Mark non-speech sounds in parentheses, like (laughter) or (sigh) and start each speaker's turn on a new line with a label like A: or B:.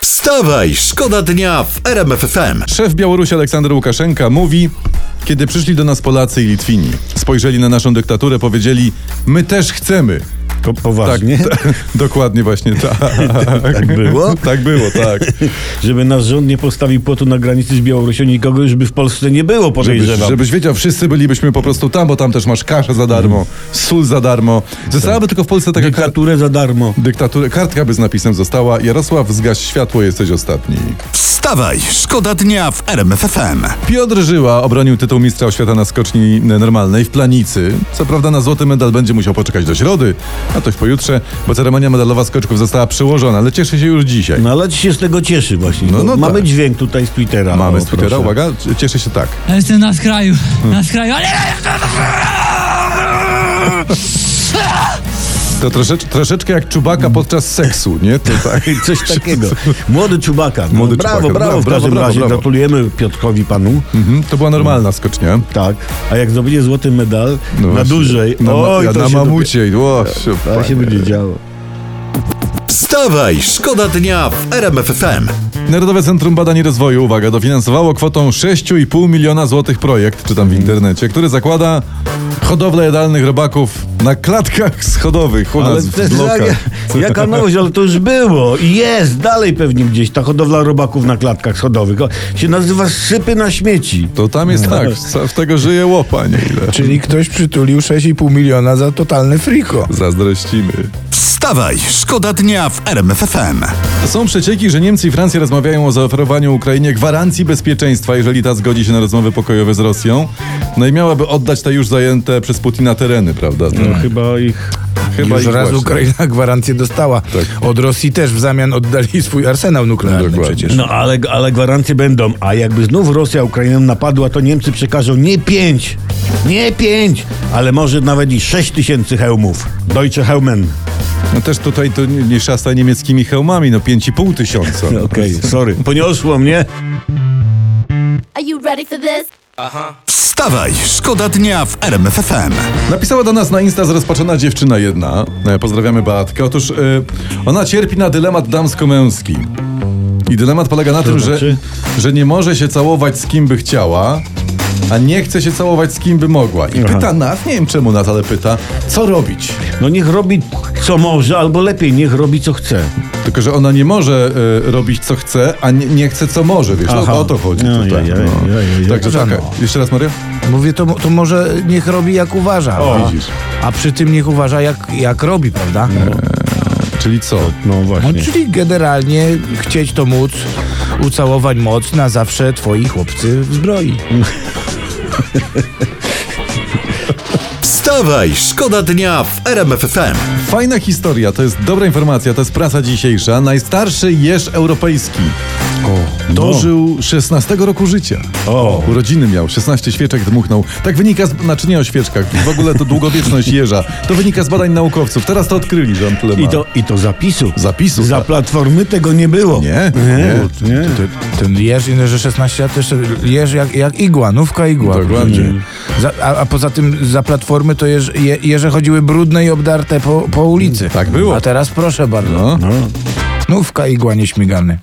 A: Wstawaj, szkoda dnia w RMFFM.
B: Szef Białorusi Aleksander Łukaszenka mówi, kiedy przyszli do nas Polacy i Litwini, spojrzeli na naszą dyktaturę, powiedzieli, my też chcemy.
C: Po,
B: (laughs)
C: poważnie,
B: tak, dokładnie właśnie tak.
C: Tak było?
B: (laughs) tak było, tak.
C: żeby nasz rząd nie postawił płotu na granicy z Białorusią, nikogo już by w Polsce nie było,
B: Żebyś,
C: podejrzewam.
B: żebyś wiedział, wszyscy bylibyśmy po prostu tam, bo tam też masz kaszę za darmo, sól za darmo. Zostałaby tylko w Polsce taka kar-
C: Dyktaturę za darmo.
B: dyktatura, kartka by z napisem została Jarosław, zgaś światło, jesteś ostatni.
A: Wstawaj, szkoda dnia w RMFFM.
B: Piotr Żyła obronił tytuł mistrza świata na skoczni normalnej w Planicy. Co prawda na złoty medal będzie musiał poczekać do środy, a to w pojutrze, bo ceremonia medalowa skoczków została przełożona, ale cieszy się już dzisiaj.
C: No ale ci się z tego cieszy właśnie.
B: No,
C: bo
B: no
C: mamy
B: tak.
C: dźwięk tutaj z Twittera.
B: Mamy
C: O,
B: z Twittera,
C: proszę.
B: uwaga, c- cieszy się tak.
D: Ja jestem na skraju, na skraju, ale...
B: To troszecz, troszeczkę jak czubaka podczas seksu, nie? To tak.
C: (laughs) Coś
B: (laughs)
C: takiego. Młody Czubaka. No,
B: Młody
C: brawo,
B: Czubaka,
C: brawo,
B: brawo,
C: w każdym
B: brawo,
C: razie.
B: brawo.
C: Gratulujemy Piotrkowi panu.
B: Mhm, to była normalna skocznia.
C: Tak. A jak zdobycie złoty medal
B: No
C: na
B: właśnie.
C: dużej,
B: Na, ma-
C: oj, to
B: na
C: się
B: mamucie. i- O,
C: Dopiero, to się
B: panie.
C: będzie działo.
A: Wstawaj, szkoda dnia w RMFFM.
B: Narodowe Centrum Badań i Rozwoju, uwaga, dofinansowało kwotą 6,5 miliona złotych projekt, czytam w internecie, który zakłada hodowlę jadalnych robaków na klatkach schodowych u
C: Ale
B: nas
C: to
B: w
C: jest jaka,
B: blokach.
C: jaka nowość, ale to już było i jest dalej pewnie gdzieś ta hodowla robaków na klatkach schodowych. O, się nazywa sypy na śmieci.
B: To tam jest tak, co- w tego żyje łopa nieile.
E: No. Czyli ktoś przytulił 6,5 miliona za totalne friko.
B: Zazdrościmy.
A: Wstawaj, szkoda dnia w RMFFM.
B: Są przecieki, że Niemcy i Francja rozmawiają o zaoferowaniu Ukrainie gwarancji bezpieczeństwa, jeżeli ta zgodzi się na rozmowy pokojowe z Rosją. No i miałaby oddać te już zajęte przez Putina tereny, prawda?
C: No, chyba ich...
B: Chyba
E: Mm, Już
B: ich
E: raz
B: właśnie. Tak.
E: Ukraina gwarancję dostała. Od Rosji też w zamian oddali (laughs) swój arsenał nuklearny
B: Dokładnie.
E: przecież.
C: No ale, ale gwarancje będą. A jakby znów Rosja Ukrainę napadła, to Niemcy przekażą nie pięć, nie pięć, ale może nawet i sześć tysięcy hełmów. Deutsche Helmen.
B: No też tutaj to nie, nie szasta niemieckimi hełmami, no 5,5 tysiąca. No.
C: (laughs) Okej, sorry. Poniosło mnie.
F: Are you ready for this?
A: Wstawaj, szkoda dnia w RMFFM.
B: Napisała do nas na Insta zrozpaczona dziewczyna jedna. E, Pozdrawiamy Beatkę. Otóż e, ona cierpi na dylemat damsko-męski. I dylemat polega na tym,
C: znaczy?
B: że, że nie może się całować z kim by chciała, a nie chce się całować z kim by mogła. I pyta nas, nie wiem czemu nas, ale pyta, co robić?
C: No niech robi co może, albo lepiej niech robi co chce.
B: Tylko, że ona nie może e, robić co chce, a nie, nie chce co może, wiesz, no,
C: Aha.
B: o, o to chodzi
C: Ojej,
B: tutaj.
C: ojej,
B: no.
C: ojej, ojej.
B: Także
E: Żano.
B: taka, jeszcze raz Maria?
E: Mówię, to, to może niech robi jak uważa. a,
B: widzisz. No
E: a przy tym niech uważa jak, jak robi, prawda?
B: Czyli co?
C: No
E: No,
C: właśnie.
E: czyli generalnie chcieć to móc, ucałować moc na zawsze twoi chłopcy w zbroi.
A: Wstawaj, szkoda dnia w RMFFM.
B: Fajna historia, to jest dobra informacja, to jest prasa dzisiejsza. Najstarszy jeż europejski dożył 16 roku życia.
C: No. O.
B: Urodziny miał, 16 świeczek dmuchnął. Tak wynika, z, znaczy nie o świeczkach, w ogóle to długowieczność jeża. To wynika z badań naukowców. Teraz to odkryli, że on tyle ma.
C: I to, I to zapisu.
B: Zapisu,
C: Za
B: tak.
C: platformy tego nie było.
B: Nie, nie.
C: Nie. nie.
E: Ten jeż, ile, no, że 16 lat, też jeż jak, jak igła, nówka igła.
B: Dokładnie.
E: Za, a, a poza tym za platformy to jeż, je, jeże chodziły brudne i obdarte po, po ulicy.
B: Tak było.
E: A teraz proszę bardzo.
B: No.
E: Nówka igła nieśmigany.